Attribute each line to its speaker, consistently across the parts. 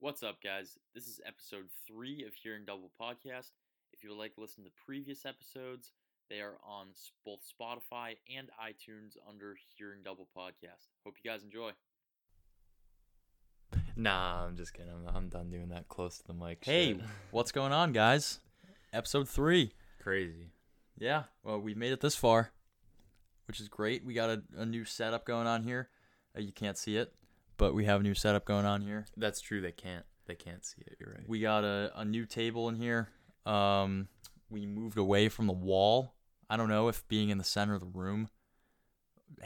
Speaker 1: What's up, guys? This is episode three of Hearing Double Podcast. If you would like to listen to previous episodes, they are on s- both Spotify and iTunes under Hearing Double Podcast. Hope you guys enjoy.
Speaker 2: Nah, I'm just kidding. I'm, I'm done doing that close to the mic.
Speaker 1: Hey,
Speaker 2: shit.
Speaker 1: what's going on, guys? Episode three.
Speaker 2: crazy.
Speaker 1: Yeah, well, we've made it this far, which is great. We got a, a new setup going on here. Uh, you can't see it, but we have a new setup going on here.
Speaker 2: That's true. They can't. They can't see it. You're right.
Speaker 1: We got a, a new table in here. Um, we moved away from the wall. I don't know if being in the center of the room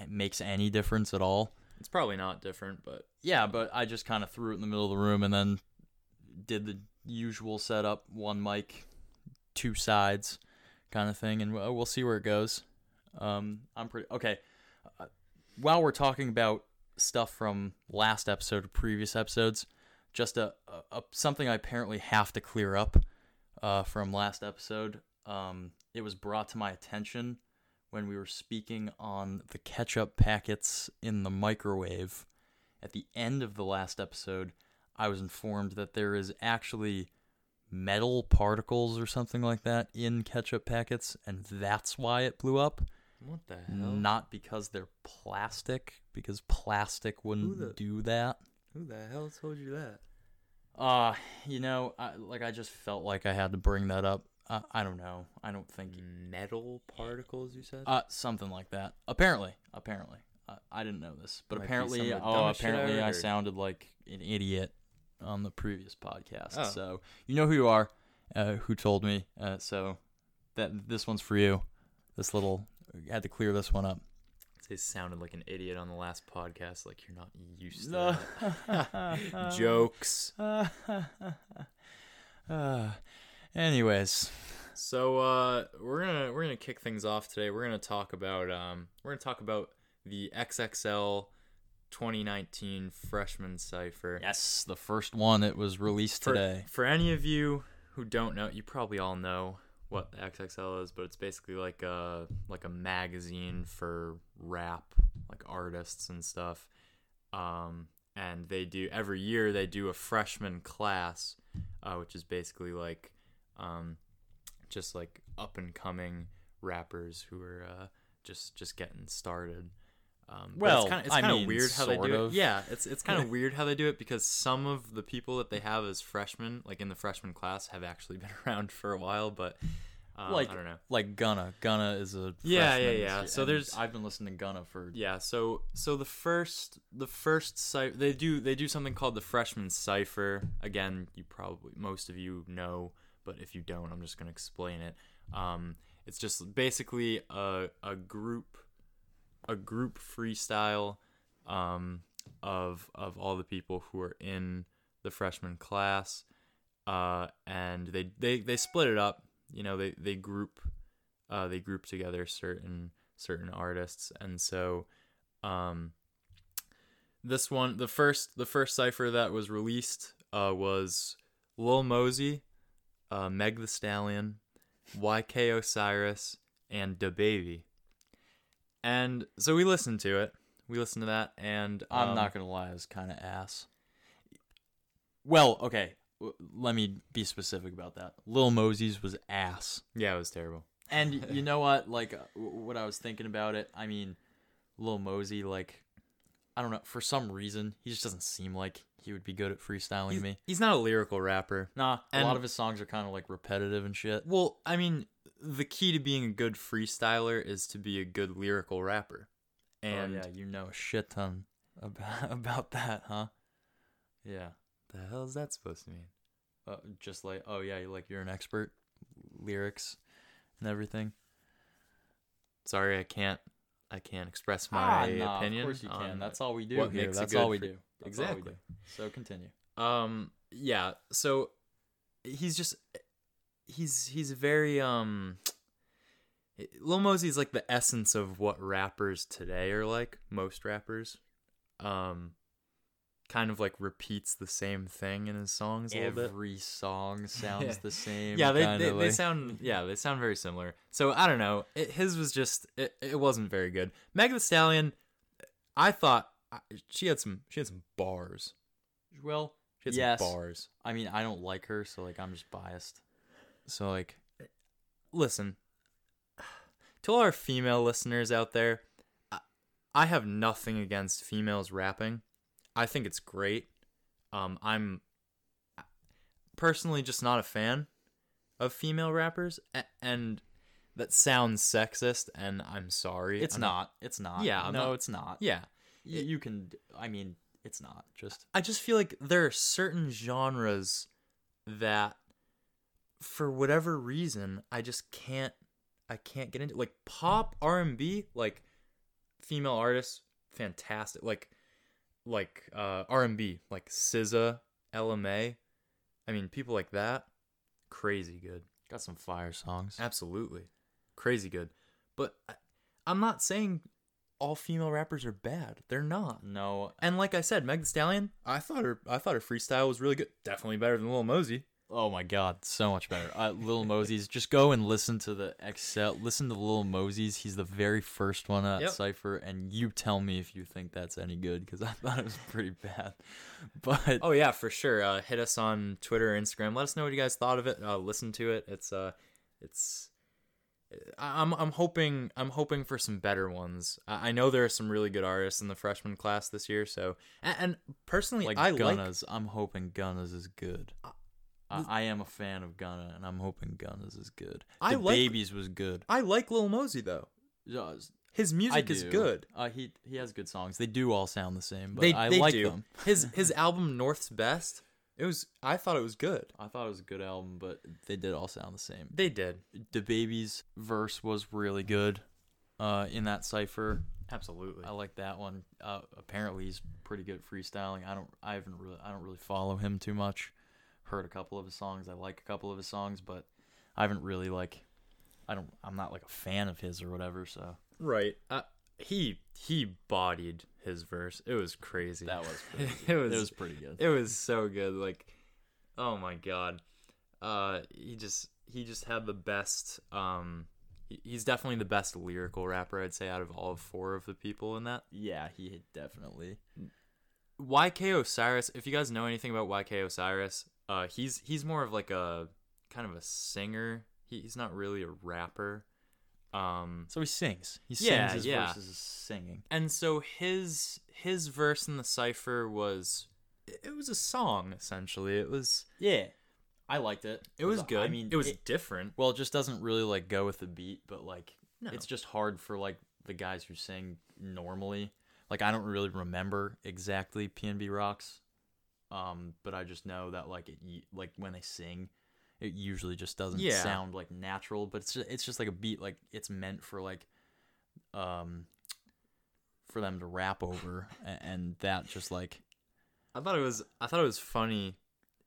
Speaker 1: makes any difference at all.
Speaker 2: It's probably not different, but
Speaker 1: Yeah, but I just kind of threw it in the middle of the room and then did the usual setup one mic, two sides kind of thing. And we'll we'll see where it goes. Um, I'm pretty okay. Uh, while we're talking about stuff from last episode to previous episodes, just a, a, a- something I apparently have to clear up uh, from last episode. Um, it was brought to my attention when we were speaking on the ketchup packets in the microwave. At the end of the last episode, I was informed that there is actually metal particles or something like that in ketchup packets, and that's why it blew up
Speaker 2: what the hell?
Speaker 1: not because they're plastic because plastic wouldn't
Speaker 2: the-
Speaker 1: do that
Speaker 2: Who the hell told you that?
Speaker 1: uh you know I, like i just felt like i had to bring that up i, I don't know i don't think
Speaker 2: Metal particles? You said.
Speaker 1: uh something like that apparently apparently i, I didn't know this but
Speaker 2: Might be some of
Speaker 1: apparently
Speaker 2: the
Speaker 1: oh
Speaker 2: dumbest shit I
Speaker 1: apparently
Speaker 2: ever
Speaker 1: i
Speaker 2: heard.
Speaker 1: sounded like an idiot on the previous podcast
Speaker 2: Oh.
Speaker 1: so you know who you are uh, who told me uh, so that this one's for you this little had to clear this one up
Speaker 2: they sounded like an idiot on the last podcast. Like you're not used to
Speaker 1: No.
Speaker 2: that. jokes.
Speaker 1: Uh, anyways,
Speaker 2: So uh, we're gonna we're gonna kick things off today. We're gonna talk about um, we're gonna talk about the XXL 2019 freshman cipher.
Speaker 1: yes, the first one it was released
Speaker 2: for,
Speaker 1: today.
Speaker 2: For any of you who don't know, you probably all know what the XXL is, but it's basically like a like a magazine for rap, like artists and stuff. Um, and they do every year they do a freshman class, uh, which is basically like um, just like up and coming rappers who are uh, just just getting started. Um, but
Speaker 1: Well,
Speaker 2: it's kind of it's
Speaker 1: I
Speaker 2: kinda
Speaker 1: mean,
Speaker 2: weird how they
Speaker 1: sort
Speaker 2: do
Speaker 1: of.
Speaker 2: it. Yeah, it's it's kind of weird how they do it because some of the people that they have as freshmen, like in the freshman class, have actually been around for a while. But um,
Speaker 1: like
Speaker 2: I don't know.
Speaker 1: like Gunna. Gunna is a
Speaker 2: Yeah,
Speaker 1: freshman,
Speaker 2: yeah, yeah. So
Speaker 1: and
Speaker 2: there's-
Speaker 1: I've been listening to Gunna for
Speaker 2: Yeah, so so the first the first cipher they do they do something called the freshman cipher. Again, you probably most of you know, but if you don't, I'm just gonna explain it. Um, it's just basically a a group a group freestyle um, of of all the people who are in the freshman class, uh, and they they they split it up. You know, they they group uh, they group together certain certain artists, and so um, this one the first the first cipher that was released uh, was Lil Mosey, uh, Meg the Stallion, YK Osiris, and DaBaby. And so we listened to it. We listened to that, and
Speaker 1: I'm
Speaker 2: um,
Speaker 1: not gonna lie, I was kind of ass. Well, okay, w- let me be specific about that. Lil Mosey's was ass.
Speaker 2: Yeah, it was terrible.
Speaker 1: And you know what? Like uh, w- what I was thinking about it. I mean, Lil Mosey, like I don't know. For some reason, he just doesn't seem like he would be good at freestyling me.
Speaker 2: He's not a lyrical rapper.
Speaker 1: Nah, a
Speaker 2: and-
Speaker 1: lot of his songs are kind of like repetitive and shit.
Speaker 2: Well, I mean, the key to being a good freestyler is to be a good lyrical rapper.
Speaker 1: And
Speaker 2: And
Speaker 1: yeah, you know a shit ton about about that, huh? Yeah.
Speaker 2: the hell is that supposed to mean?
Speaker 1: Uh, just like oh yeah, like you're an expert, lyrics and everything.
Speaker 2: Sorry, I can't. I can't express
Speaker 1: Ah,
Speaker 2: my
Speaker 1: nah,
Speaker 2: opinion.
Speaker 1: Of course you can.
Speaker 2: on-
Speaker 1: That's all we do
Speaker 2: what
Speaker 1: here.
Speaker 2: makes a
Speaker 1: That's
Speaker 2: good
Speaker 1: all we
Speaker 2: free-
Speaker 1: do. That's all we
Speaker 2: exactly.
Speaker 1: do. So continue.
Speaker 2: Um. Yeah. So he's just he's he's very um. Lil Mosey's like the essence of what rappers today are like. Most rappers, um, kind of like repeats the same thing in his songs a little bit.
Speaker 1: Every song sounds the same.
Speaker 2: Yeah, they,
Speaker 1: kinda
Speaker 2: they, they
Speaker 1: like-
Speaker 2: sound yeah they sound very similar. So I don't know. It, his was just it, it wasn't very good. Meg The Stallion, I thought I- she had some she had some bars.
Speaker 1: Well,
Speaker 2: She had
Speaker 1: Yes.
Speaker 2: some bars.
Speaker 1: I mean, I don't like her, so like I'm just biased. So like,
Speaker 2: Listen, to all our female listeners out there, I, I have nothing against females rapping. I think it's great. Um, I'm personally just not a fan of female rappers, a- and that sounds sexist. And I'm sorry,
Speaker 1: it's
Speaker 2: I'm-
Speaker 1: not. It's not.
Speaker 2: Yeah, I'm
Speaker 1: no,
Speaker 2: not-
Speaker 1: it's not.
Speaker 2: Yeah,
Speaker 1: Y- you can. I mean, it's not. Just
Speaker 2: I just feel like there are certain genres that for whatever reason I just can't I can't get into like pop R&B like female artists fantastic like like uh R&B like SZA, LMA I mean people like that crazy good
Speaker 1: got some fire songs.
Speaker 2: absolutely crazy good but I, I'm not saying all female rappers are bad they're not
Speaker 1: No.
Speaker 2: and like I said, Meg the Stallion, I thought her I thought her freestyle was really good. Definitely better than Lil Mosey.
Speaker 1: Oh my God, so much better. Uh, Lil Mosey's. Just go and listen to the Excel. Listen to Lil Mosey's. He's the very first one on that
Speaker 2: Yep.
Speaker 1: cipher, and you tell me if you think that's any good, because I thought it was pretty bad. But
Speaker 2: Oh yeah, for sure. Uh, hit us on Twitter or Instagram. Let us know what you guys thought of it. Uh, listen to it. It's uh it's I- I'm I'm hoping I'm hoping for some better ones. I, I know there are some really good artists in the freshman class this year, so and, and personally
Speaker 1: like
Speaker 2: I like
Speaker 1: Gunna's, I'm hoping Gunna's is good. I, I am a fan of Gunna, and I'm hoping Gunna's is good.
Speaker 2: I
Speaker 1: The
Speaker 2: like-
Speaker 1: Babies was good.
Speaker 2: I like Lil Mosey though.
Speaker 1: Yeah,
Speaker 2: His music is
Speaker 1: do.
Speaker 2: good.
Speaker 1: Uh, he he has good songs. They do all sound the same, but
Speaker 2: they
Speaker 1: I
Speaker 2: they
Speaker 1: like
Speaker 2: do.
Speaker 1: them.
Speaker 2: his his album North's Best. It was I thought it was good.
Speaker 1: I thought it was a good album, but they did all sound the same.
Speaker 2: They did.
Speaker 1: The baby's verse was really good. Uh, in that cipher,
Speaker 2: Absolutely.
Speaker 1: I like that one. Uh, apparently he's pretty good at freestyling. I don't, I haven't really, I don't really follow him too much. Heard a couple of his songs. I like a couple of his songs, but I haven't really like, I don't, I'm not like a fan of his or whatever. So
Speaker 2: Right. Uh, he he bodied his verse. It was crazy.
Speaker 1: that was pretty
Speaker 2: it
Speaker 1: good.
Speaker 2: was
Speaker 1: it was pretty good.
Speaker 2: it was so good. Like, oh my god. Uh, he just he just had the best. Um, he- he's definitely the best lyrical rapper I'd say out of all four of the people in that.
Speaker 1: Yeah, he definitely.
Speaker 2: YK Osiris. If you guys know anything about YK Osiris, uh, he's he's more of like a kind of a singer. He, he's not really a rapper. Um,
Speaker 1: So he sings. He sings
Speaker 2: Yeah,
Speaker 1: his
Speaker 2: yeah.
Speaker 1: verses is singing.
Speaker 2: and so his his verse in the cipher was it was a song essentially it was
Speaker 1: Yeah, I liked it.
Speaker 2: it was good
Speaker 1: I mean,
Speaker 2: it was different
Speaker 1: well, it just doesn't really like go with the beat, but like
Speaker 2: No.
Speaker 1: it's just hard for like the guys who sing normally. Like I don't really remember exactly PNB Rocks, um, but I just know that like it u- like when they sing, it usually just doesn't
Speaker 2: Yeah.
Speaker 1: sound like natural. But it's just, it's just like a beat like it's meant for like, um, for them to rap over, and, and that just like
Speaker 2: i thought it was i thought it was funny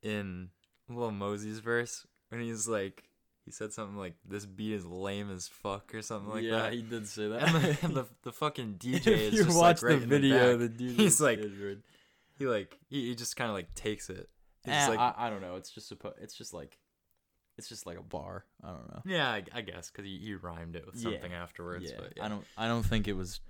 Speaker 2: in little mosey's verse when he's like he said something like this beat is lame as fuck or something like that
Speaker 1: he did say that.
Speaker 2: and the, and the, the fucking dj
Speaker 1: if
Speaker 2: is
Speaker 1: you
Speaker 2: just
Speaker 1: watch
Speaker 2: like right
Speaker 1: the
Speaker 2: in
Speaker 1: video, the,
Speaker 2: the, back.
Speaker 1: dude
Speaker 2: he's
Speaker 1: is-
Speaker 2: like
Speaker 1: is weird.
Speaker 2: he like he, he just kind of like takes it he's
Speaker 1: Eh,
Speaker 2: just like
Speaker 1: I, I don't know. It's just supposed. It's just like, it's just like a bar. I don't know.
Speaker 2: yeah i, I guess because he, he rhymed it with
Speaker 1: Yeah.
Speaker 2: something afterwards
Speaker 1: yeah,
Speaker 2: but
Speaker 1: I don't. I don't think it was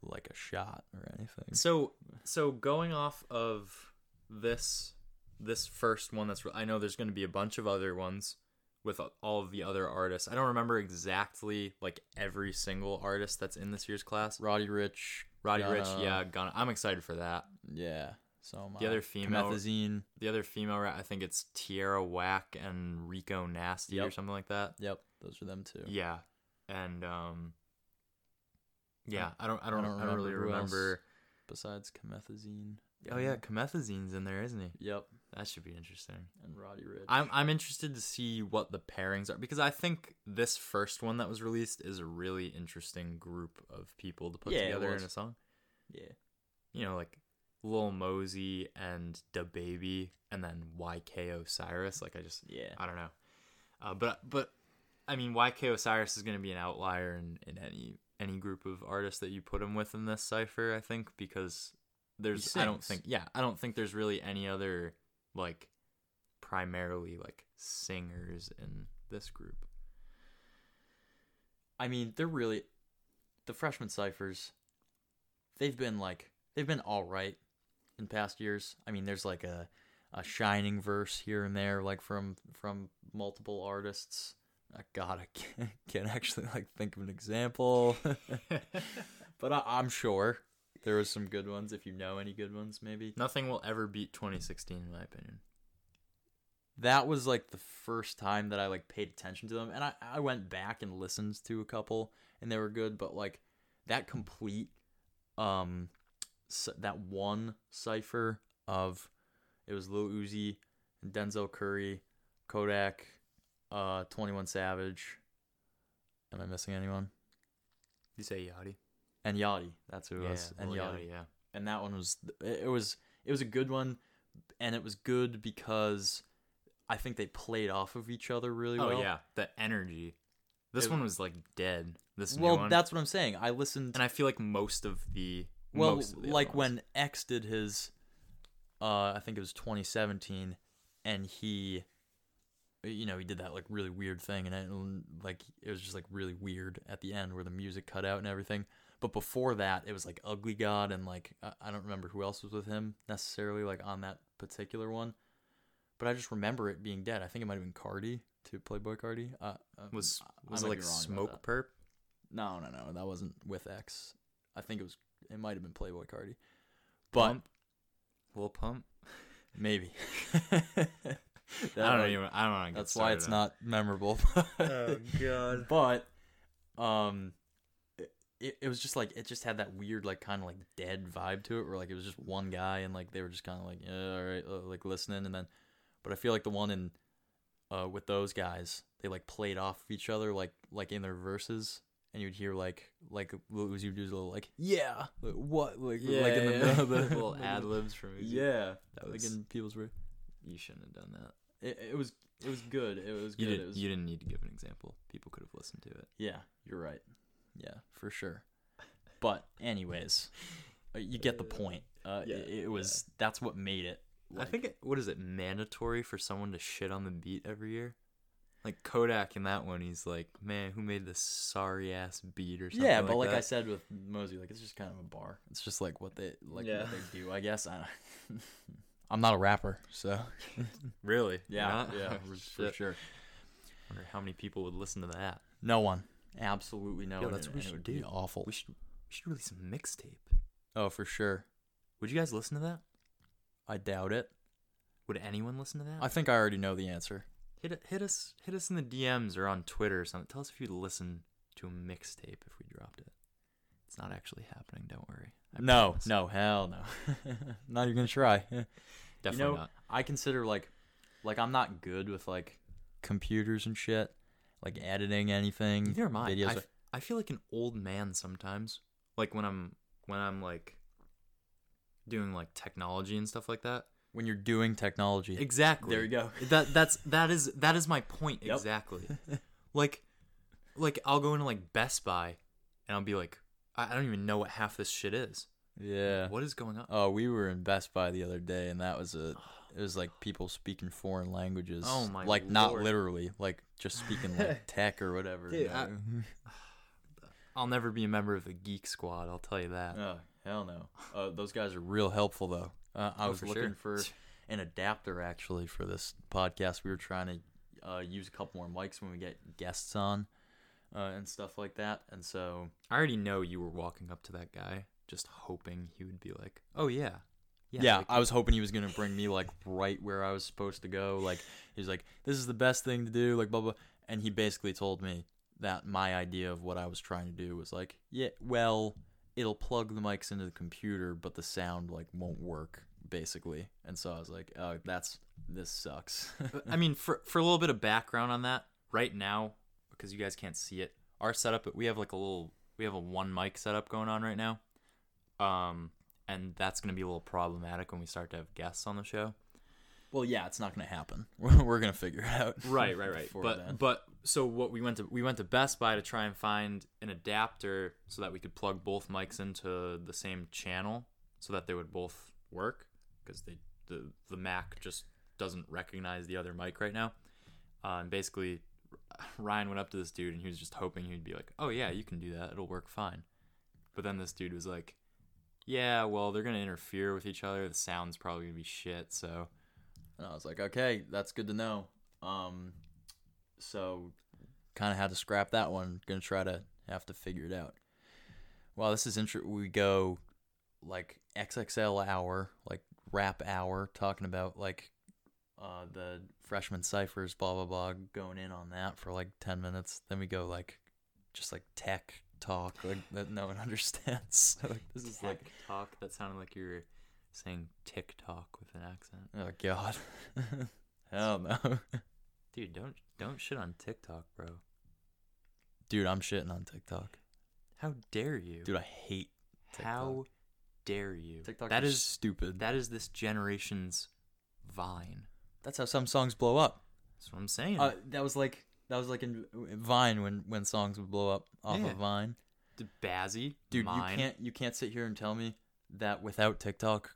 Speaker 1: like a shot or anything.
Speaker 2: So so going off of this this first one that's I know there's going to be a bunch of other ones with all of the other artists. I don't remember exactly like every single artist that's in this year's class.
Speaker 1: Roddy Rich,
Speaker 2: Roddy Rich,
Speaker 1: Gunna.
Speaker 2: yeah, Gunna. I'm excited for that.
Speaker 1: yeah. So am
Speaker 2: The
Speaker 1: I.
Speaker 2: other female-
Speaker 1: Promethazine.
Speaker 2: The other female rap, I think it's Tierra Whack and Rico Nasty or
Speaker 1: Yep.
Speaker 2: something like that.
Speaker 1: Yep, those are them too.
Speaker 2: Yeah. And um yeah, I don't I
Speaker 1: don't
Speaker 2: don't I don't, really
Speaker 1: remember who else.
Speaker 2: remember.
Speaker 1: Besides Comethazine.
Speaker 2: Oh yeah, Comethazine's in there, isn't he?
Speaker 1: Yep,
Speaker 2: That should be interesting.
Speaker 1: and Roddy Rich.
Speaker 2: I'm I'm interested to see what the pairings are because I think this first one that was released is a really interesting group of people to put
Speaker 1: Yeah, it
Speaker 2: together
Speaker 1: was.
Speaker 2: in a song.
Speaker 1: yeah.
Speaker 2: You know, like Lil Mosey and Da Baby, and then YK Osiris. Like I just
Speaker 1: Yeah.
Speaker 2: I don't know, uh, but but I mean YK Osiris is gonna be an outlier in, in any any group of artists that you put him with in this cipher. I think because there's I don't
Speaker 1: sings.
Speaker 2: think yeah I don't think there's really any other like primarily like singers in this group.
Speaker 1: I mean, they're really the freshman ciphers. They've been like they've been all right in past years. I mean, there's like a a shining verse here and there, like from from multiple artists. Uh, God, I can't, can't actually like think of an example, but I, I'm sure there was some good ones. If you know any good ones, maybe
Speaker 2: Nothing will ever beat 2016, in my opinion.
Speaker 1: that was like the first time that I like paid attention to them, and I I went back and listened to a couple, and they were good, but like that complete um s that one cipher of it was Lil Uzi, Denzel Curry, Kodak, uh, Twenty One Savage. Am I missing anyone?
Speaker 2: You say Yachty?
Speaker 1: And Yachty, that's who it was. E And
Speaker 2: Lil
Speaker 1: Yachty
Speaker 2: yeah.
Speaker 1: and that one was it it was it was a good one and it was good because i think they played off of each other really
Speaker 2: Oh
Speaker 1: well
Speaker 2: yeah, the energy. This
Speaker 1: It-
Speaker 2: one was like dead. This new
Speaker 1: well
Speaker 2: one.
Speaker 1: that's what i'm saying i listened
Speaker 2: and I feel like most of the
Speaker 1: well
Speaker 2: most of the other
Speaker 1: like
Speaker 2: ones.
Speaker 1: when x did his uh i think it was 2017 and he you know he did that like really weird thing and it, like it was just like really weird at the end where the music cut out and everything but before that it was like ugly god and like i, I don't remember who else was with him necessarily like on that particular one but i just remember it being dead i think it might have been cardi to playboy cardi uh, um,
Speaker 2: was
Speaker 1: I
Speaker 2: was
Speaker 1: might
Speaker 2: it like
Speaker 1: be wrong about
Speaker 2: smoke
Speaker 1: that.
Speaker 2: perp?
Speaker 1: no, no, no. That wasn't with X. I think it was. It might have been Playboy Cardi, but
Speaker 2: Pump? Lil Pump.
Speaker 1: maybe.
Speaker 2: I don't even. I don't want to get
Speaker 1: That's why it's not memorable.
Speaker 2: Oh, god.
Speaker 1: but, um, it- it, it was just like it just had that weird like kind of like dead vibe to it, where like it was just one guy and like they were just kind of like yeah, all right, uh, like listening, and then, but I feel like the one in, uh, with those guys, they like played off of each other like like in their verses. And you'd hear like like Lil Uzi would do his little like yeah like, what like
Speaker 2: Yeah,
Speaker 1: like in the middle of the
Speaker 2: little ad libs from Uzi.
Speaker 1: yeah
Speaker 2: That
Speaker 1: like
Speaker 2: was,
Speaker 1: in people's re-
Speaker 2: you shouldn't have done that.
Speaker 1: it, it was it was good it was
Speaker 2: You,
Speaker 1: good
Speaker 2: did,
Speaker 1: it was
Speaker 2: you didn't need to give an example. People could have listened to it.
Speaker 1: Yeah, you're right. Yeah, for sure. But anyways, uh, you get the point. Uh,
Speaker 2: yeah,
Speaker 1: it, it was that's what made it.
Speaker 2: I
Speaker 1: like-
Speaker 2: think it, what is it mandatory for someone to shit on the beat every year? Like Kodak in that one, he's like, "Man, who made this sorry ass beat or something?"
Speaker 1: yeah, but like I
Speaker 2: that?
Speaker 1: said with Mosey, like it's just kind of a bar. It's just like what they like
Speaker 2: Yeah.
Speaker 1: what they do. I guess I. I'm not a rapper, so
Speaker 2: really,
Speaker 1: yeah,
Speaker 2: You're not?
Speaker 1: yeah,
Speaker 2: Oh,
Speaker 1: for, for
Speaker 2: shit.
Speaker 1: sure.
Speaker 2: Wonder how many people would listen to that?
Speaker 1: No one, absolutely no
Speaker 2: Yo,
Speaker 1: one.
Speaker 2: that's
Speaker 1: and-
Speaker 2: what we
Speaker 1: and it
Speaker 2: should
Speaker 1: would be
Speaker 2: do.
Speaker 1: Awful.
Speaker 2: We should we should release a mixtape.
Speaker 1: oh, for sure.
Speaker 2: Would you guys listen to that?
Speaker 1: I doubt it.
Speaker 2: Would anyone listen to that?
Speaker 1: I think I already know the answer.
Speaker 2: hit hit us hit us in the DMs or on Twitter or something. Tell us if you'd listen to a mixtape if we dropped it. It's not actually happening. Don't worry. I
Speaker 1: no,
Speaker 2: promise.
Speaker 1: no, hell no. not even gonna try.
Speaker 2: definitely
Speaker 1: you know,
Speaker 2: not.
Speaker 1: I consider like like I'm not good with like computers and shit, like editing anything.
Speaker 2: Neither am I.
Speaker 1: Videos.
Speaker 2: I, f- I feel like an old man sometimes. Like when I'm when I'm like doing like technology and stuff like that.
Speaker 1: when you're doing technology.
Speaker 2: Exactly.
Speaker 1: There you go.
Speaker 2: that that's that is that is my point
Speaker 1: Yep.
Speaker 2: exactly. like like I'll go into like Best Buy and I'll be like I I don't even know what half this shit is.
Speaker 1: yeah.
Speaker 2: What is going on?
Speaker 1: Oh, we were in Best Buy the other day, and that was a. It was like people speaking foreign languages.
Speaker 2: Oh my
Speaker 1: Like not
Speaker 2: lord.
Speaker 1: literally, like just speaking like tech or whatever.
Speaker 2: Dude, I-
Speaker 1: No.
Speaker 2: I'll never be a member of the Geek Squad. I'll tell you that.
Speaker 1: Oh, hell no. Uh, those guys are real helpful, though. Uh, I
Speaker 2: Oh,
Speaker 1: was
Speaker 2: for
Speaker 1: looking
Speaker 2: sure.
Speaker 1: for an adapter actually for this podcast. We were trying to uh, use a couple more mics when we get guests on uh, and stuff like that. And so,
Speaker 2: I already know you were walking up to that guy, just hoping he would be like, "Oh yeah,
Speaker 1: yeah, I was hoping he was going to bring me like right where I was supposed to go. Like, he was like, this is the best thing to do, like, blah, blah. And he basically told me that my idea of what I was trying to do was like, yeah, well, it'll plug the mics into the computer, but the sound like won't work basically. And so I was like, oh, that's this sucks.
Speaker 2: But, uh, I mean, for for a little bit of background on that, right now, because you guys can't see it, our setup we have like a little we have a one mic setup going on right now, um, and that's gonna be a little problematic when we start to have guests on the show.
Speaker 1: well, yeah, it's not going to happen. We're, we're going to figure it out.
Speaker 2: Right, right, right.
Speaker 1: before
Speaker 2: but
Speaker 1: then.
Speaker 2: but so what we went to we went to Best Buy to try and find an adapter so that we could plug both mics into the same channel so that they would both work because they the the Mac just doesn't recognize the other mic right now. Uh, and basically, Ryan went up to this dude and he was just hoping he'd be like, "Oh yeah, you can do that. It'll work fine." But then this dude was like, "Yeah, well, they're gonna interfere with each other. The sound's probably gonna be shit, so
Speaker 1: And I was like, okay, that's good to know. Um, so kind of had to scrap that one. Gonna try to have to figure it out. Wow, this is interesting. We go like XXL hour, like rap hour, talking about like uh, the freshman ciphers, blah blah blah, going in on that for like ten minutes. Then we go like just like tech talk, like that no one understands. like this is like
Speaker 2: talk. That sounded like you were saying TikTok with an accent.
Speaker 1: oh god, hell no,
Speaker 2: Dude, don't don't shit on TikTok, bro.
Speaker 1: dude. I'm shitting on TikTok,
Speaker 2: How dare you?
Speaker 1: dude. I hate TikTok.
Speaker 2: How dare you?
Speaker 1: TikTok.
Speaker 2: that
Speaker 1: is,
Speaker 2: is
Speaker 1: stupid.
Speaker 2: that is this generation's Vine.
Speaker 1: That's how some songs blow up.
Speaker 2: That's what I'm saying.
Speaker 1: Uh, that was like that was like in Vine when when songs would blow up off
Speaker 2: Yeah.
Speaker 1: of Vine.
Speaker 2: D- Bazzy,
Speaker 1: Dude,
Speaker 2: mine.
Speaker 1: you can't you can't sit here and tell me that without TikTok,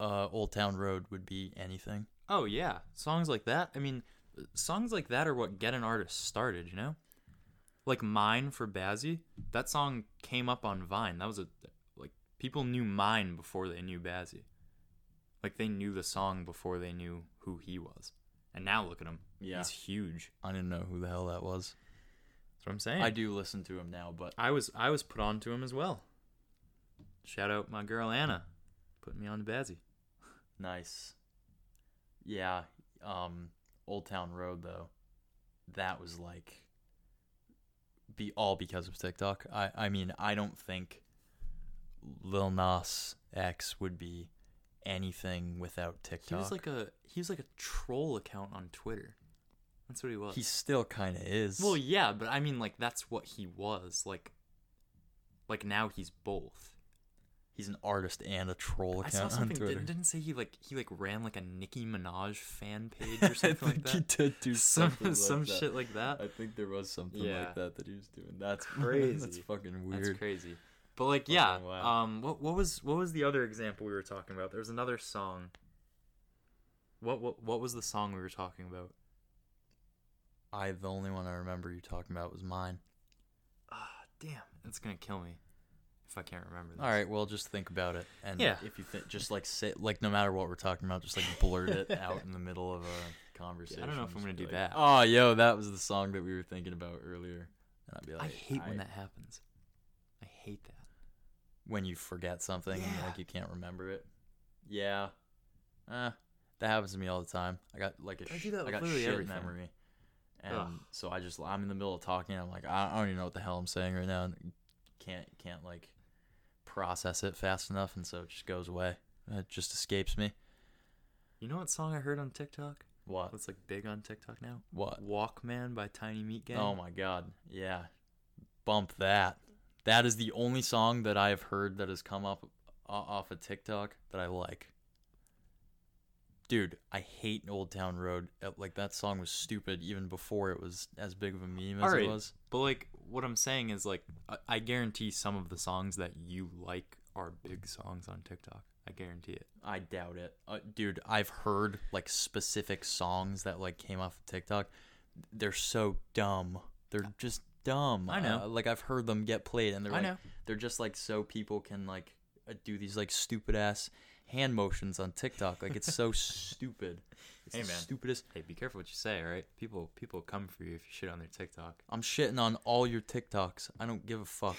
Speaker 1: uh, Old Town Road would be anything.
Speaker 2: Oh yeah, songs like that. I mean, songs like that are what get an artist started. You know, like mine for Bazzy. That song came up on Vine. That was a like people knew mine before they knew Bazzy. Like they knew the song before they knew who he was. And now look at him.
Speaker 1: Yeah.
Speaker 2: he's huge.
Speaker 1: I didn't know who the hell that was.
Speaker 2: That's what I'm saying.
Speaker 1: I do listen to him now, but
Speaker 2: I was I was put on to him as well. Shout out my girl Anna, putting me on to Bazzy.
Speaker 1: nice. Yeah, um, Old Town Road though, that was like be all because of TikTok. I I mean I don't think Lil Nas X would be anything without TikTok.
Speaker 2: He was like a he was like a troll account on Twitter. That's what he was.
Speaker 1: he still kind of is.
Speaker 2: Well, yeah, but I mean, like that's what he was. Like, like now he's both.
Speaker 1: he's an artist and a troll
Speaker 2: I saw
Speaker 1: account on
Speaker 2: something.
Speaker 1: Twitter.
Speaker 2: Didn't, didn't say he like he like ran like a Nicki Minaj fan page or something like
Speaker 1: He
Speaker 2: that.
Speaker 1: did do
Speaker 2: Some
Speaker 1: something like
Speaker 2: some
Speaker 1: that.
Speaker 2: shit like that.
Speaker 1: I think there was something
Speaker 2: Yeah.
Speaker 1: like that that he was doing. That's that's
Speaker 2: Crazy.
Speaker 1: fucking weird.
Speaker 2: That's crazy. But like, yeah.
Speaker 1: Fucking wow.
Speaker 2: Um, what what was what was the other example we were talking about? There was another song. What what what was the song we were talking about?
Speaker 1: I the only one I remember you talking about was mine.
Speaker 2: Ah, damn, it's gonna kill me if I can't remember. This.
Speaker 1: All right, well, just think about it, and
Speaker 2: Yeah.
Speaker 1: if you think, just like say, like no matter what we're talking about, just like blurt it out in the middle of a conversation.
Speaker 2: I don't know if
Speaker 1: Just
Speaker 2: I'm gonna
Speaker 1: be
Speaker 2: do
Speaker 1: like,
Speaker 2: that.
Speaker 1: Oh, yo, that was the song that we were thinking about earlier, and I'd be like,
Speaker 2: I hate
Speaker 1: I-
Speaker 2: when that happens. I hate that.
Speaker 1: when you forget something and
Speaker 2: Yeah.
Speaker 1: like you can't remember it. Yeah. Uh, that happens to me all the time. I got like a
Speaker 2: I
Speaker 1: sh-
Speaker 2: do that
Speaker 1: I
Speaker 2: with
Speaker 1: got
Speaker 2: literally
Speaker 1: shit
Speaker 2: everything.
Speaker 1: memory. And
Speaker 2: Ugh.
Speaker 1: so I just I'm in the middle of talking I'm like I I don't even know what the hell I'm saying right now and can't can't like process it fast enough and so it just goes away. It just escapes me.
Speaker 2: You know what song I heard on TikTok?
Speaker 1: What?
Speaker 2: What's like big on TikTok now?
Speaker 1: What?
Speaker 2: Walkman by Tiny Meat Gang.
Speaker 1: Oh my god. Yeah. Bump that. That is the only song that I've heard that has come up o- off of TikTok that I like. Dude, I hate Old Town Road. Uh, Like that song was stupid even before it was as big of a meme as
Speaker 2: Alright.
Speaker 1: it was.
Speaker 2: But like, what I'm saying is like, I, I guarantee some of the songs that you like are big songs on TikTok. I guarantee it.
Speaker 1: I doubt it. Uh, dude, I've heard like specific songs that like came off of TikTok. They're so dumb. They're just dumb.
Speaker 2: I know.
Speaker 1: Uh, like I've heard them get played and they're
Speaker 2: I
Speaker 1: like
Speaker 2: know.
Speaker 1: they're just like so people can like uh, do these like stupid ass hand motions on TikTok. Like it's so stupid. It's
Speaker 2: Hey,
Speaker 1: the
Speaker 2: man.
Speaker 1: stupidest.
Speaker 2: Hey, be careful what you say, all right? People, people come for you if you shit on their TikTok.
Speaker 1: I'm shitting on all your TikToks. I don't give a fuck.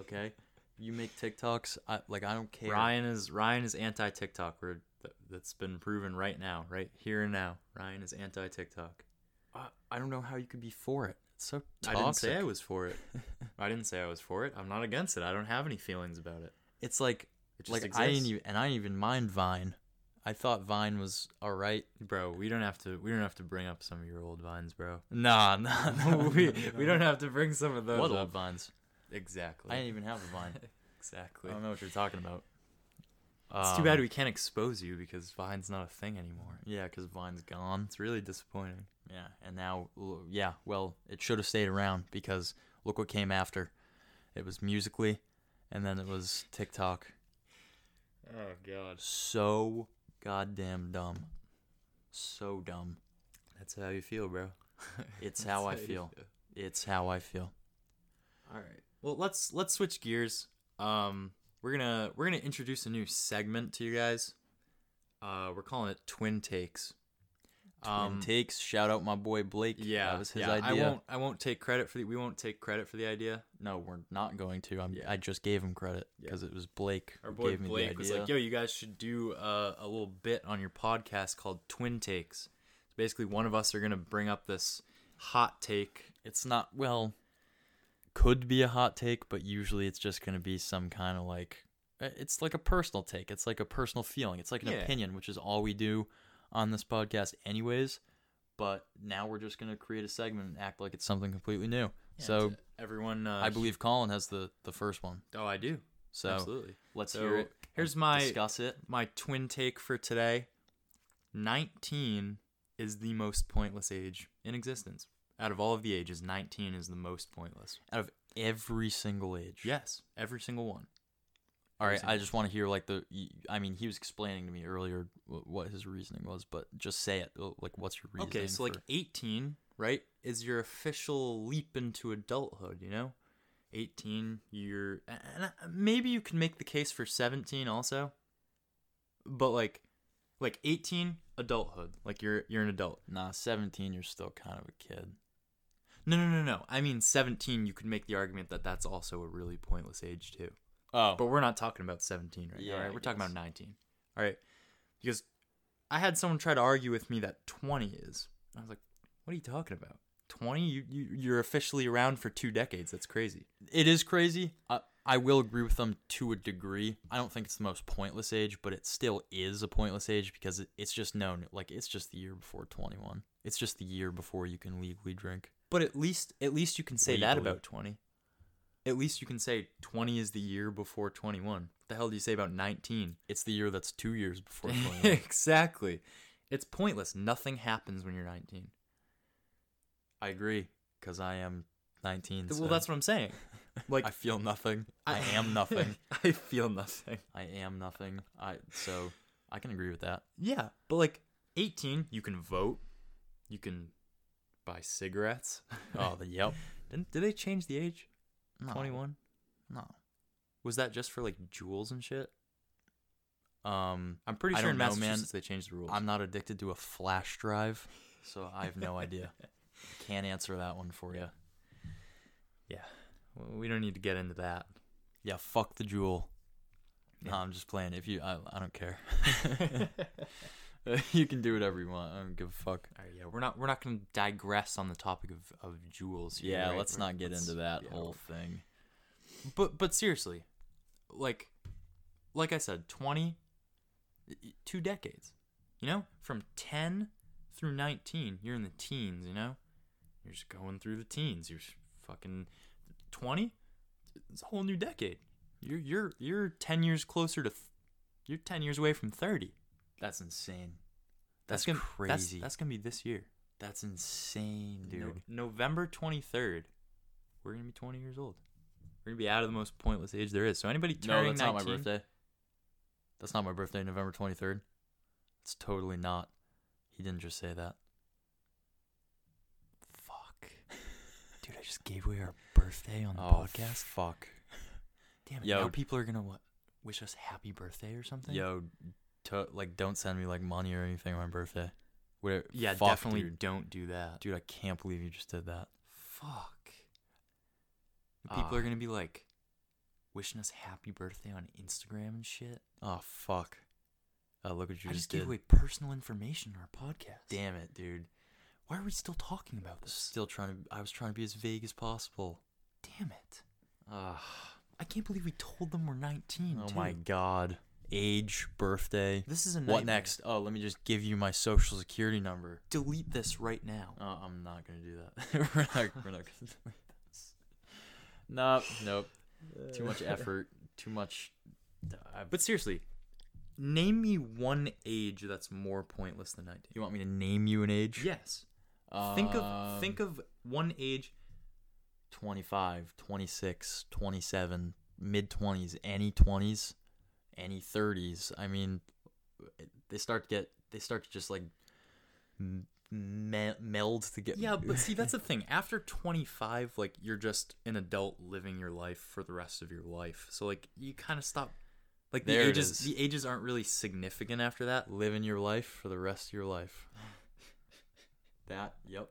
Speaker 1: Okay, you make TikToks. I like I don't care.
Speaker 2: Ryan is Ryan is anti TikTok. We're th- that's been proven right now, right here and now. Ryan is anti TikTok.
Speaker 1: I, I don't know how you could be for it. It's so
Speaker 2: I
Speaker 1: toxic.
Speaker 2: didn't say I was for it. I didn't say I was for it. I'm not against it. I don't have any feelings about it.
Speaker 1: It's like
Speaker 2: It just
Speaker 1: like
Speaker 2: exists.
Speaker 1: I didn't even and I didn't even mind Vine. I thought Vine was all right.
Speaker 2: Bro, we don't have to. We don't have to bring up some of your old vines, bro.
Speaker 1: Nah, nah, nah
Speaker 2: we we don't have to bring some of those
Speaker 1: What
Speaker 2: up.
Speaker 1: old vines?
Speaker 2: Exactly.
Speaker 1: I didn't even have a Vine.
Speaker 2: exactly.
Speaker 1: I don't know what you're talking about. Uh, Um,
Speaker 2: it's too bad we can't expose you because Vine's not a thing anymore.
Speaker 1: Yeah, because Vine's gone.
Speaker 2: It's really disappointing.
Speaker 1: Yeah, and now, l- yeah, well, it should have stayed around because look what came after. It was musically, and then it was TikTok.
Speaker 2: Oh god.
Speaker 1: So goddamn dumb. So dumb.
Speaker 2: That's how you feel, bro.
Speaker 1: It's
Speaker 2: That's
Speaker 1: how I
Speaker 2: you
Speaker 1: feel. It's how I feel.
Speaker 2: All right. Well, let's let's switch gears. Um, we're gonna we're gonna introduce a new segment to you guys. Uh, we're calling it Twin Takes.
Speaker 1: Um, takes. Shout out my boy Blake.
Speaker 2: Yeah,
Speaker 1: that was his
Speaker 2: yeah.
Speaker 1: idea.
Speaker 2: I won't. I won't take credit for the. We won't take credit for the idea.
Speaker 1: No, we're not going to. I'm,
Speaker 2: Yeah.
Speaker 1: I just gave him credit
Speaker 2: Yeah.
Speaker 1: because it was Blake
Speaker 2: Our
Speaker 1: who
Speaker 2: boy
Speaker 1: gave me
Speaker 2: Blake
Speaker 1: the
Speaker 2: was
Speaker 1: idea.
Speaker 2: like, "Yo, you guys should do uh, a little bit on your podcast called Twin Takes." It's basically one of us are gonna bring up this hot take.
Speaker 1: it's not well could be a hot take but usually it's just going to be some kind of like eh, it's like a personal take it's like a personal feeling it's like an
Speaker 2: Yeah.
Speaker 1: opinion which is all we do on this podcast anyways but now we're just going to create a segment and act like it's something completely new so
Speaker 2: everyone, uh,
Speaker 1: i believe colin has the the first one
Speaker 2: Oh, I do.
Speaker 1: so
Speaker 2: Absolutely.
Speaker 1: let's
Speaker 2: So
Speaker 1: hear it
Speaker 2: here's my
Speaker 1: discuss it
Speaker 2: my twin take for today. Nineteen is the most pointless age in existence. Out of all of the ages, nineteen is the most pointless.
Speaker 1: out of every single age
Speaker 2: Yes, every single one.
Speaker 1: All right,
Speaker 2: Reasoning.
Speaker 1: I just want to hear like the. y- I mean, he was explaining to me earlier wh- what his reasoning was, but just say it. uh, Like, what's your reasoning?
Speaker 2: Okay, so like
Speaker 1: for-
Speaker 2: 18, right, is your official leap into adulthood, you know? 18, you're. And I- maybe you can make the case for 17 also. But like like 18 adulthood, like you're you're an adult.
Speaker 1: nah, seventeen, you're still kind of a kid.
Speaker 2: No, no, no, no. I mean 17, you could make the argument that that's also a really pointless age too.
Speaker 1: Oh,
Speaker 2: But we're not talking about 17 right
Speaker 1: Yeah,
Speaker 2: now, right?
Speaker 1: I
Speaker 2: We're talking about
Speaker 1: guess.
Speaker 2: 19. All right. Because I had someone try to argue with me that 20 is. I was like, what are you talking about? 20? You, you, you're officially around for two decades. That's crazy.
Speaker 1: it is crazy. I I will agree with them to a degree. I don't think it's the most pointless age, but it still is a pointless age because it, it's just known. Like, it's just the year before twenty one. It's just the year before you can legally drink.
Speaker 2: But at least at least you can say that
Speaker 1: Legally.
Speaker 2: about 20. At least you can say 20 is the year before 21. What the hell do you say about 19?
Speaker 1: It's the year that's two years before twenty one.
Speaker 2: exactly. It's pointless. Nothing happens when you're 19.
Speaker 1: I agree because I am nineteen. so
Speaker 2: Well, that's what I'm saying. Like
Speaker 1: I feel nothing. I am nothing.
Speaker 2: I feel nothing.
Speaker 1: I am nothing. I so I can agree with that.
Speaker 2: Yeah, but like 18, you can vote. You can buy cigarettes.
Speaker 1: Oh, the yep.
Speaker 2: Didn't, did they change the age?
Speaker 1: No,
Speaker 2: 21?
Speaker 1: No.
Speaker 2: Was that just for like jewels and shit?
Speaker 1: Um,
Speaker 2: I'm pretty
Speaker 1: I
Speaker 2: sure in
Speaker 1: don't know, man.
Speaker 2: Massachusetts they changed the rules.
Speaker 1: I'm not addicted to a flash drive, so I have no idea. I can't answer that one for you.
Speaker 2: yeah. Well, we don't need to get into that.
Speaker 1: Yeah, fuck the jewel. No,
Speaker 2: Yeah.
Speaker 1: I'm just playing. If you, I, I don't care. you can do whatever you want. I don't give a fuck.
Speaker 2: All right, yeah, we're not we're not going to digress on the topic of of jewels here.
Speaker 1: Yeah,
Speaker 2: right?
Speaker 1: let's
Speaker 2: We're-
Speaker 1: not get
Speaker 2: let's-
Speaker 1: into that
Speaker 2: yeah,
Speaker 1: whole thing.
Speaker 2: But but seriously, like like I said, 20 y- two decades. You know, from 10 through 19, you're in the teens, you know? You're just going through the teens. You're s- fucking 20. It's a whole new decade. You're you're you're 10 years closer to th- you're 10 years away from 30.
Speaker 1: That's insane.
Speaker 2: That's,
Speaker 1: That's,
Speaker 2: gonna,
Speaker 1: crazy.
Speaker 2: That's, that's going to be this year.
Speaker 1: that's insane, dude.
Speaker 2: No- November 23rd, we're going to be 20 years old. We're going to be out of the most pointless age there is. So anybody
Speaker 1: No,
Speaker 2: turning
Speaker 1: that's
Speaker 2: 19,
Speaker 1: not my birthday. That's not my birthday, November 23rd. It's totally not. He didn't just say that.
Speaker 2: Fuck. Dude, I just gave away our birthday on the podcast.
Speaker 1: fuck.
Speaker 2: Damn it.
Speaker 1: Oh, yo.
Speaker 2: Now people are going to what? Wish us happy birthday or something?
Speaker 1: Yo, to, like, don't send me, like, money or anything on my birthday. Where,
Speaker 2: Yeah,
Speaker 1: fuck,
Speaker 2: definitely
Speaker 1: Dude.
Speaker 2: don't do that.
Speaker 1: Dude, I can't believe you just did that.
Speaker 2: Fuck. People
Speaker 1: Ah.
Speaker 2: are going to be like wishing us happy birthday on Instagram and shit.
Speaker 1: Oh, fuck. Oh, look what you
Speaker 2: I
Speaker 1: just
Speaker 2: just
Speaker 1: did.
Speaker 2: gave away personal information on our podcast.
Speaker 1: Damn it, dude.
Speaker 2: Why are we still talking about this?
Speaker 1: Still trying to, I was trying to be as vague as possible.
Speaker 2: Damn it.
Speaker 1: Ugh.
Speaker 2: I can't believe we told them we're 19.
Speaker 1: Oh,
Speaker 2: too.
Speaker 1: my God. Age, birthday.
Speaker 2: This is a
Speaker 1: What
Speaker 2: nightmare.
Speaker 1: next? Oh, let me just give you my social security number.
Speaker 2: Delete this right now.
Speaker 1: Uh, I'm not gonna do that. we're not. We're not gonna do this. Nope. Nope. Too much effort. Too much. I-
Speaker 2: But seriously, name me one age that's more pointless than 19.
Speaker 1: you want me to name you an age? Um,
Speaker 2: Yes. think of think of one age.
Speaker 1: 25, 26, 27, mid 20s, any 20s, any 30s. I mean, they start to get. They start to just like m- me- meld together.
Speaker 2: Yeah, but see that's the thing. After 25, like you're just an adult living your life for the rest of your life. So like you kind of stop like the
Speaker 1: There it
Speaker 2: ages
Speaker 1: is.
Speaker 2: the ages aren't really significant after that.
Speaker 1: living your life for the rest of your life.
Speaker 2: That, yep.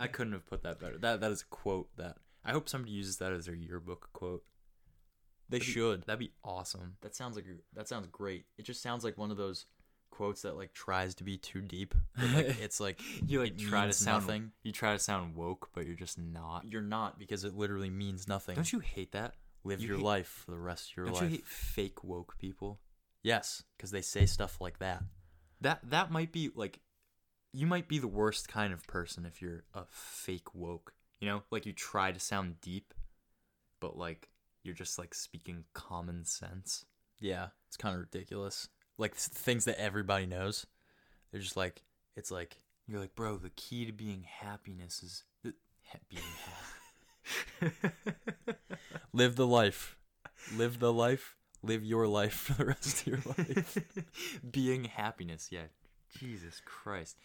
Speaker 2: I couldn't have put that better. That that is a quote that I hope somebody uses that as their yearbook quote.
Speaker 1: They
Speaker 2: That'd be-
Speaker 1: should.
Speaker 2: That'd be awesome. That sounds like that sounds great. It just sounds like one of those quotes that like tries to be too deep. but, like, it's like
Speaker 1: You
Speaker 2: it means nothing. You try to sound woke, but you're just not.
Speaker 1: You're not because it literally means nothing.
Speaker 2: Don't you hate that?
Speaker 1: Live
Speaker 2: you
Speaker 1: your
Speaker 2: hate-
Speaker 1: life for the rest of your
Speaker 2: Don't
Speaker 1: life.
Speaker 2: you hate fake woke people?
Speaker 1: Yes, because they say stuff like that.
Speaker 2: That that might be like you might be the worst kind of person if you're a fake woke. You know, like you try to sound deep, but like you're just like speaking common sense.
Speaker 1: Yeah, it's kind of ridiculous. Like s- things that everybody knows. They're just like it's like
Speaker 2: You're like, bro, the key to being happiness is th- ha- being happy.
Speaker 1: live the life, live the life, live your life for the rest of your life.
Speaker 2: being happiness, yeah. Jesus Christ.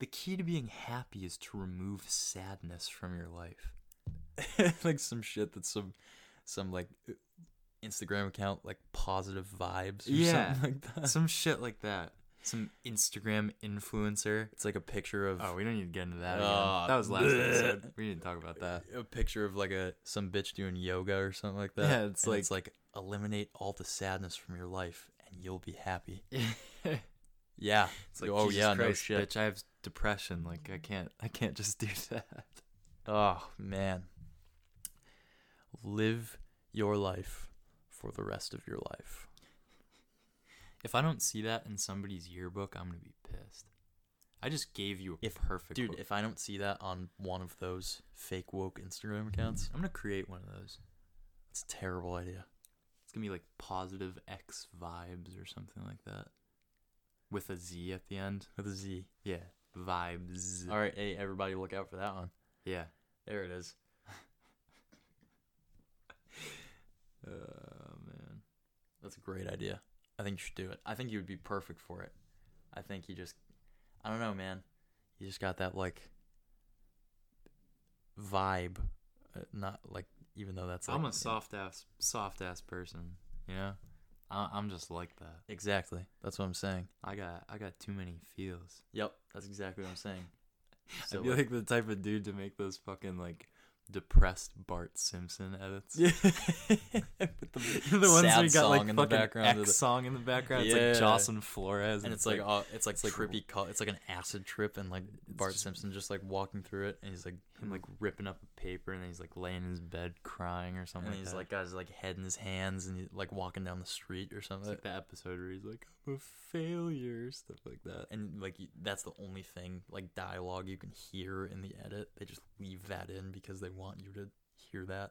Speaker 2: The key to being happy is to remove sadness from your life.
Speaker 1: like some shit that's some some like uh, Instagram account like positive vibes or
Speaker 2: Yeah.
Speaker 1: something like that.
Speaker 2: Some shit like that. Some Instagram influencer.
Speaker 1: It's like a picture of
Speaker 2: Oh, we don't need to get into that again.
Speaker 1: Ah,
Speaker 2: that was last
Speaker 1: bleh.
Speaker 2: episode. We didn't talk about that.
Speaker 1: a picture of like a some bitch doing yoga or something like that.
Speaker 2: Yeah, it's
Speaker 1: and it's like eliminate all the sadness from your life and you'll be happy.
Speaker 2: it's
Speaker 1: Yeah.
Speaker 2: like,
Speaker 1: oh
Speaker 2: Jesus
Speaker 1: yeah,
Speaker 2: Christ,
Speaker 1: no shit.
Speaker 2: bitch, I have depression. Like I can't I can't just do that.
Speaker 1: Oh man. Live your life for the rest of your life.
Speaker 2: If I don't see that in somebody's yearbook, I'm gonna be pissed. I just gave you a
Speaker 1: If-
Speaker 2: perfect
Speaker 1: Dude,
Speaker 2: quote.
Speaker 1: if I don't see that on one of those fake woke Instagram accounts,
Speaker 2: I'm gonna create one of those.
Speaker 1: it's a terrible idea.
Speaker 2: It's gonna be like positive X vibes or something like that, with a Z at the end.
Speaker 1: With a Z.
Speaker 2: Yeah, vibes.
Speaker 1: All right, hey everybody look out for that one.
Speaker 2: Yeah.
Speaker 1: There it is.
Speaker 2: Oh man.
Speaker 1: That's a great idea. I think you should do it. I think you would be perfect for it. I think you just, I don't know, man. You just got that like vibe, uh, not like even though that's like,
Speaker 2: I'm a soft ass, soft ass person. You know, I, I'm just like that.
Speaker 1: Exactly. That's what I'm saying.
Speaker 2: I got, I got too many feels.
Speaker 1: Yep. That's exactly what I'm saying.
Speaker 2: I
Speaker 1: So,
Speaker 2: feel like the type of dude to make those fucking like depressed Bart Simpson edits.
Speaker 1: yeah. With the,
Speaker 2: the ones
Speaker 1: sad
Speaker 2: where you got
Speaker 1: song
Speaker 2: like
Speaker 1: in
Speaker 2: fucking
Speaker 1: the background, of
Speaker 2: X
Speaker 1: the-
Speaker 2: song in the background.
Speaker 1: Yeah.
Speaker 2: It's like Jocelyn Flores,
Speaker 1: and it's like, uh, it's like
Speaker 2: it's like-
Speaker 1: trippy. col it's like an acid trip, and like Bart
Speaker 2: just-
Speaker 1: Simpson just Mm. like walking through it, and he's like,
Speaker 2: him like ripping up a paper, and then he's like laying in his bed crying or something.
Speaker 1: and
Speaker 2: like
Speaker 1: he's
Speaker 2: that.
Speaker 1: like got his like head in his hands, and he, like walking down the street or
Speaker 2: it's
Speaker 1: something.
Speaker 2: like the episode where he's like, "I'm a failure," stuff like that.
Speaker 1: and like you- that's the only thing like dialogue you can hear in the edit they just leave that in because they want you to hear that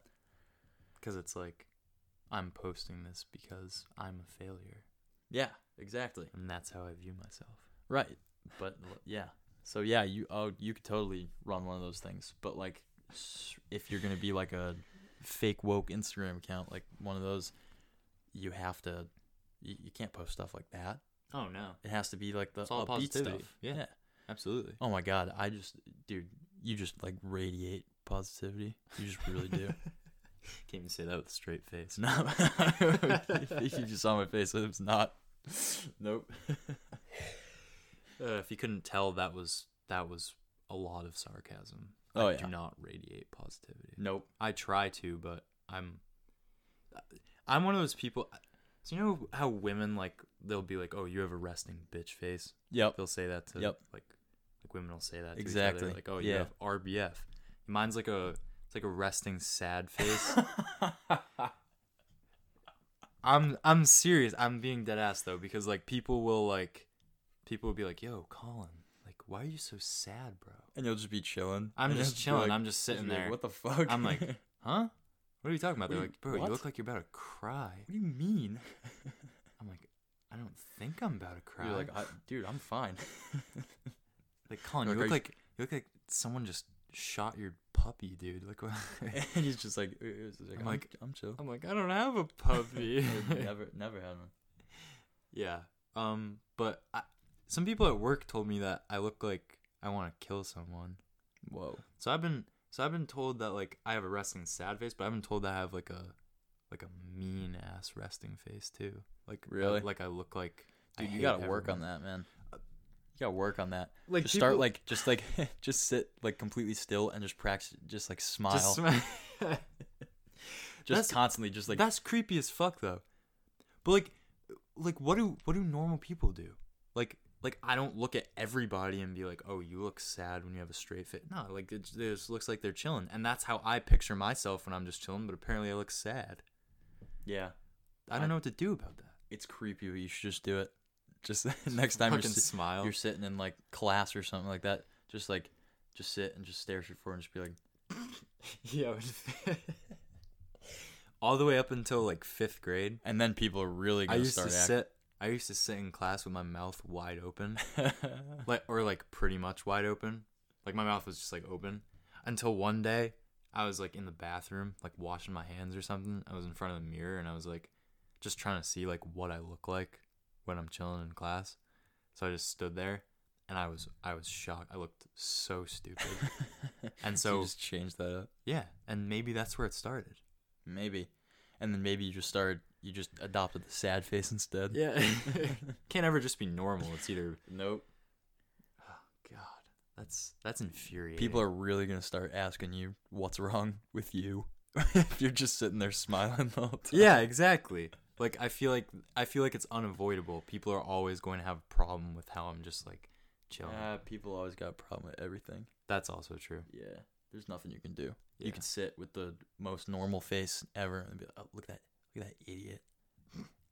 Speaker 2: Because it's like, I'm posting this because I'm a failure,
Speaker 1: yeah exactly
Speaker 2: and that's how I view myself.
Speaker 1: right but l- yeah so yeah you oh you could totally run one of those things but like s- if you're gonna be like a fake woke instagram account like one of those you have to you, you can't post stuff like that
Speaker 2: Oh no,
Speaker 1: it has to be like the
Speaker 2: It's all
Speaker 1: upbeat stuff
Speaker 2: positivity. Yeah. absolutely.
Speaker 1: oh my god i just dude you just like radiate positivity you just really do
Speaker 2: Can't even say that with a straight
Speaker 1: It's
Speaker 2: face.
Speaker 1: not. you just saw my face. It's not. Nope.
Speaker 2: Uh, if you couldn't tell, that was that was a lot of sarcasm.
Speaker 1: Oh,
Speaker 2: I
Speaker 1: yeah.
Speaker 2: do not radiate positivity.
Speaker 1: Nope.
Speaker 2: I try to, but I'm I'm one of those people. So you know how women like they'll be like, "Oh, you have a resting bitch face."
Speaker 1: Yep.
Speaker 2: They'll say that to
Speaker 1: Yep.
Speaker 2: like like women will say that to
Speaker 1: Exactly.
Speaker 2: Each other. Like, "Oh,
Speaker 1: Yeah.
Speaker 2: you have RBF." Mine's like a it's like a resting sad face. I'm I'm serious. I'm being dead ass though because like people will like people will be like, "Yo, Colin, like why are you so sad, bro?"
Speaker 1: And you'll just be chilling.
Speaker 2: I'm
Speaker 1: And
Speaker 2: just
Speaker 1: you'll be
Speaker 2: chilling.
Speaker 1: like-
Speaker 2: I'm just
Speaker 1: you'll
Speaker 2: sitting
Speaker 1: be like,
Speaker 2: there.
Speaker 1: what the fuck?
Speaker 2: I'm like,
Speaker 1: what
Speaker 2: huh? What are you talking about? They're
Speaker 1: What do you-
Speaker 2: like, bro,
Speaker 1: what?
Speaker 2: you look like you're about to cry.
Speaker 1: do you mean?
Speaker 2: I'm like, I don't think I'm about to cry.
Speaker 1: You're like, I, dude, I'm fine.
Speaker 2: like Colin,
Speaker 1: you're
Speaker 2: you
Speaker 1: like,
Speaker 2: look
Speaker 1: are
Speaker 2: like you look like someone just shot your puppy, dude. Like, what?
Speaker 1: and he's just like, uh, uh, it's like,
Speaker 2: I'm
Speaker 1: I'm
Speaker 2: like-
Speaker 1: I'm chill.
Speaker 2: I'm like, I don't have a puppy.
Speaker 1: I've never, never had one.
Speaker 2: yeah. Um, but I, some people at work told me that I look like I want to kill someone.
Speaker 1: Whoa.
Speaker 2: So I've been so I've been told that like I have a resting sad face, but I've been told that I have like a like a mean ass resting face too. Like I-
Speaker 1: Really?
Speaker 2: like I look like I
Speaker 1: Dude, you
Speaker 2: hate
Speaker 1: gotta work
Speaker 2: everyone. Uh,
Speaker 1: on that, man. You gotta work on that.
Speaker 2: Like
Speaker 1: just start
Speaker 2: people-
Speaker 1: like just like just sit like completely still and just practice just like smile.
Speaker 2: Just
Speaker 1: Just,
Speaker 2: sm- that's-
Speaker 1: constantly just like
Speaker 2: that's creepy as fuck though. But like like what do what do normal people do? Like like I don't look at everybody and be like, "Oh, you look sad when you have a straight fit." No, like it, it just looks like they're chilling, and that's how I picture myself when I'm just chilling. But apparently, I look sad.
Speaker 1: Yeah.
Speaker 2: I don't know what to do about that.
Speaker 1: It's creepy, but you should just do it. Just next time you're,
Speaker 2: Fucking
Speaker 1: si-
Speaker 2: smile.
Speaker 1: you're sitting in like class or something like that, just like just sit and just stare at your floor and just be like
Speaker 2: Yeah. All the way up until like fifth grade,
Speaker 1: and then people are really
Speaker 2: I
Speaker 1: gonna
Speaker 2: used to
Speaker 1: start
Speaker 2: sit. I used to sit in class with my mouth wide open,
Speaker 1: acting
Speaker 2: like or like pretty much wide open, like my mouth was just like open. Until one day, I was like in the bathroom, like washing my hands or something. I was in front of the mirror and I was like, just trying to see like what I look like when I'm chilling in class. So I just stood there, and I was I was shocked. I looked so stupid. And
Speaker 1: so you
Speaker 2: so
Speaker 1: just change that up.
Speaker 2: yeah, and maybe that's where it started.
Speaker 1: Maybe. And then maybe you just started you just adopted the sad face instead.
Speaker 2: Yeah. Can't ever just be normal. It's either
Speaker 1: Nope.
Speaker 2: God. That's that's infuriating.
Speaker 1: People are really gonna start asking you what's wrong with you if you're just sitting there smiling the whole time.
Speaker 2: Yeah, exactly. Like I feel like I feel like it's unavoidable. People are always going to have a problem with how I'm just like chilling.
Speaker 1: Uh, people always got a problem with everything.
Speaker 2: that's also true.
Speaker 1: Yeah. There's nothing you can do.
Speaker 2: Yeah.
Speaker 1: You can sit with the most normal face ever and be like, Oh, look at that look at that idiot.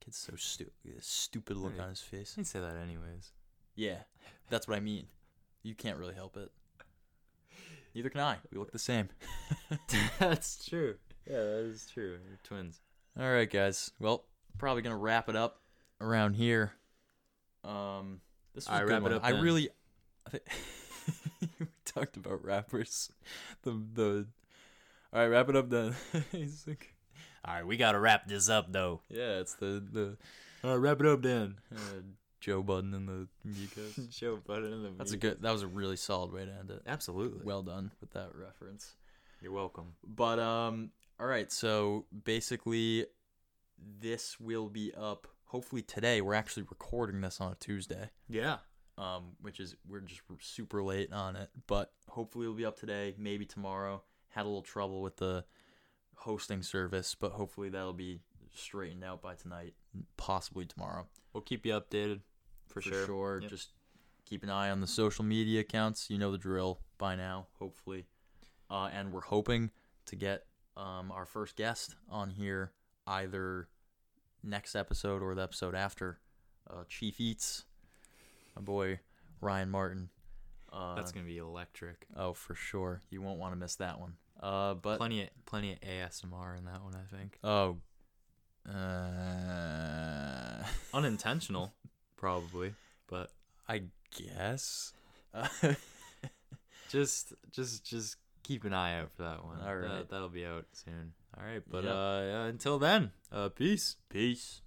Speaker 1: Kid's so stupid. Look at this stupid look
Speaker 2: Right.
Speaker 1: on his face.
Speaker 2: I'd say that anyways.
Speaker 1: Yeah. That's what I mean. You can't really help it. Neither can I. We look the same.
Speaker 2: that's true. Yeah, that is true. You're twins.
Speaker 1: All right, guys. Well, probably gonna wrap it up around here. Um, this was
Speaker 2: All
Speaker 1: a
Speaker 2: right,
Speaker 1: good
Speaker 2: wrap it
Speaker 1: one.
Speaker 2: up
Speaker 1: I
Speaker 2: then.
Speaker 1: really, I thi- we talked about rappers. The the. All right, wrap it up then. He's like,
Speaker 2: All right, we gotta wrap this up though.
Speaker 1: yeah, it's the the
Speaker 2: All right, wrap it up then.
Speaker 1: uh, Joe Budden and the Migos.
Speaker 2: Joe Budden and the
Speaker 1: That's a good. That was a really solid way to end it.
Speaker 2: Absolutely.
Speaker 1: Well done with that reference.
Speaker 2: You're welcome.
Speaker 1: But um all right, so basically this will be up hopefully today. We're actually recording this on a Tuesday.
Speaker 2: Yeah.
Speaker 1: Um which is we're just super late on it, but hopefully it'll be up today, maybe tomorrow. Had a little trouble with the hosting service, but hopefully that'll be straightened out by tonight, possibly tomorrow.
Speaker 2: We'll keep you updated for, sure. Yep.
Speaker 1: Just keep an eye on the social media accounts. You know the drill by now, hopefully. Uh, and we're hoping to get um, our first guest on here either next episode or the episode after. Uh, Chief Eats, my boy Ryan Martin. Uh,
Speaker 2: That's gonna be electric.
Speaker 1: oh for sure. You won't want to miss that one. Uh, but
Speaker 2: Plenty of plenty of ASMR in that one, I think.
Speaker 1: oh, uh,
Speaker 2: Unintentional, probably, but
Speaker 1: I guess.
Speaker 2: just just just keep an eye out for that one.
Speaker 1: All right.
Speaker 2: that, that'll be out soon. All right, but
Speaker 1: Yep.
Speaker 2: uh, yeah, until then, uh, peace.
Speaker 1: Peace.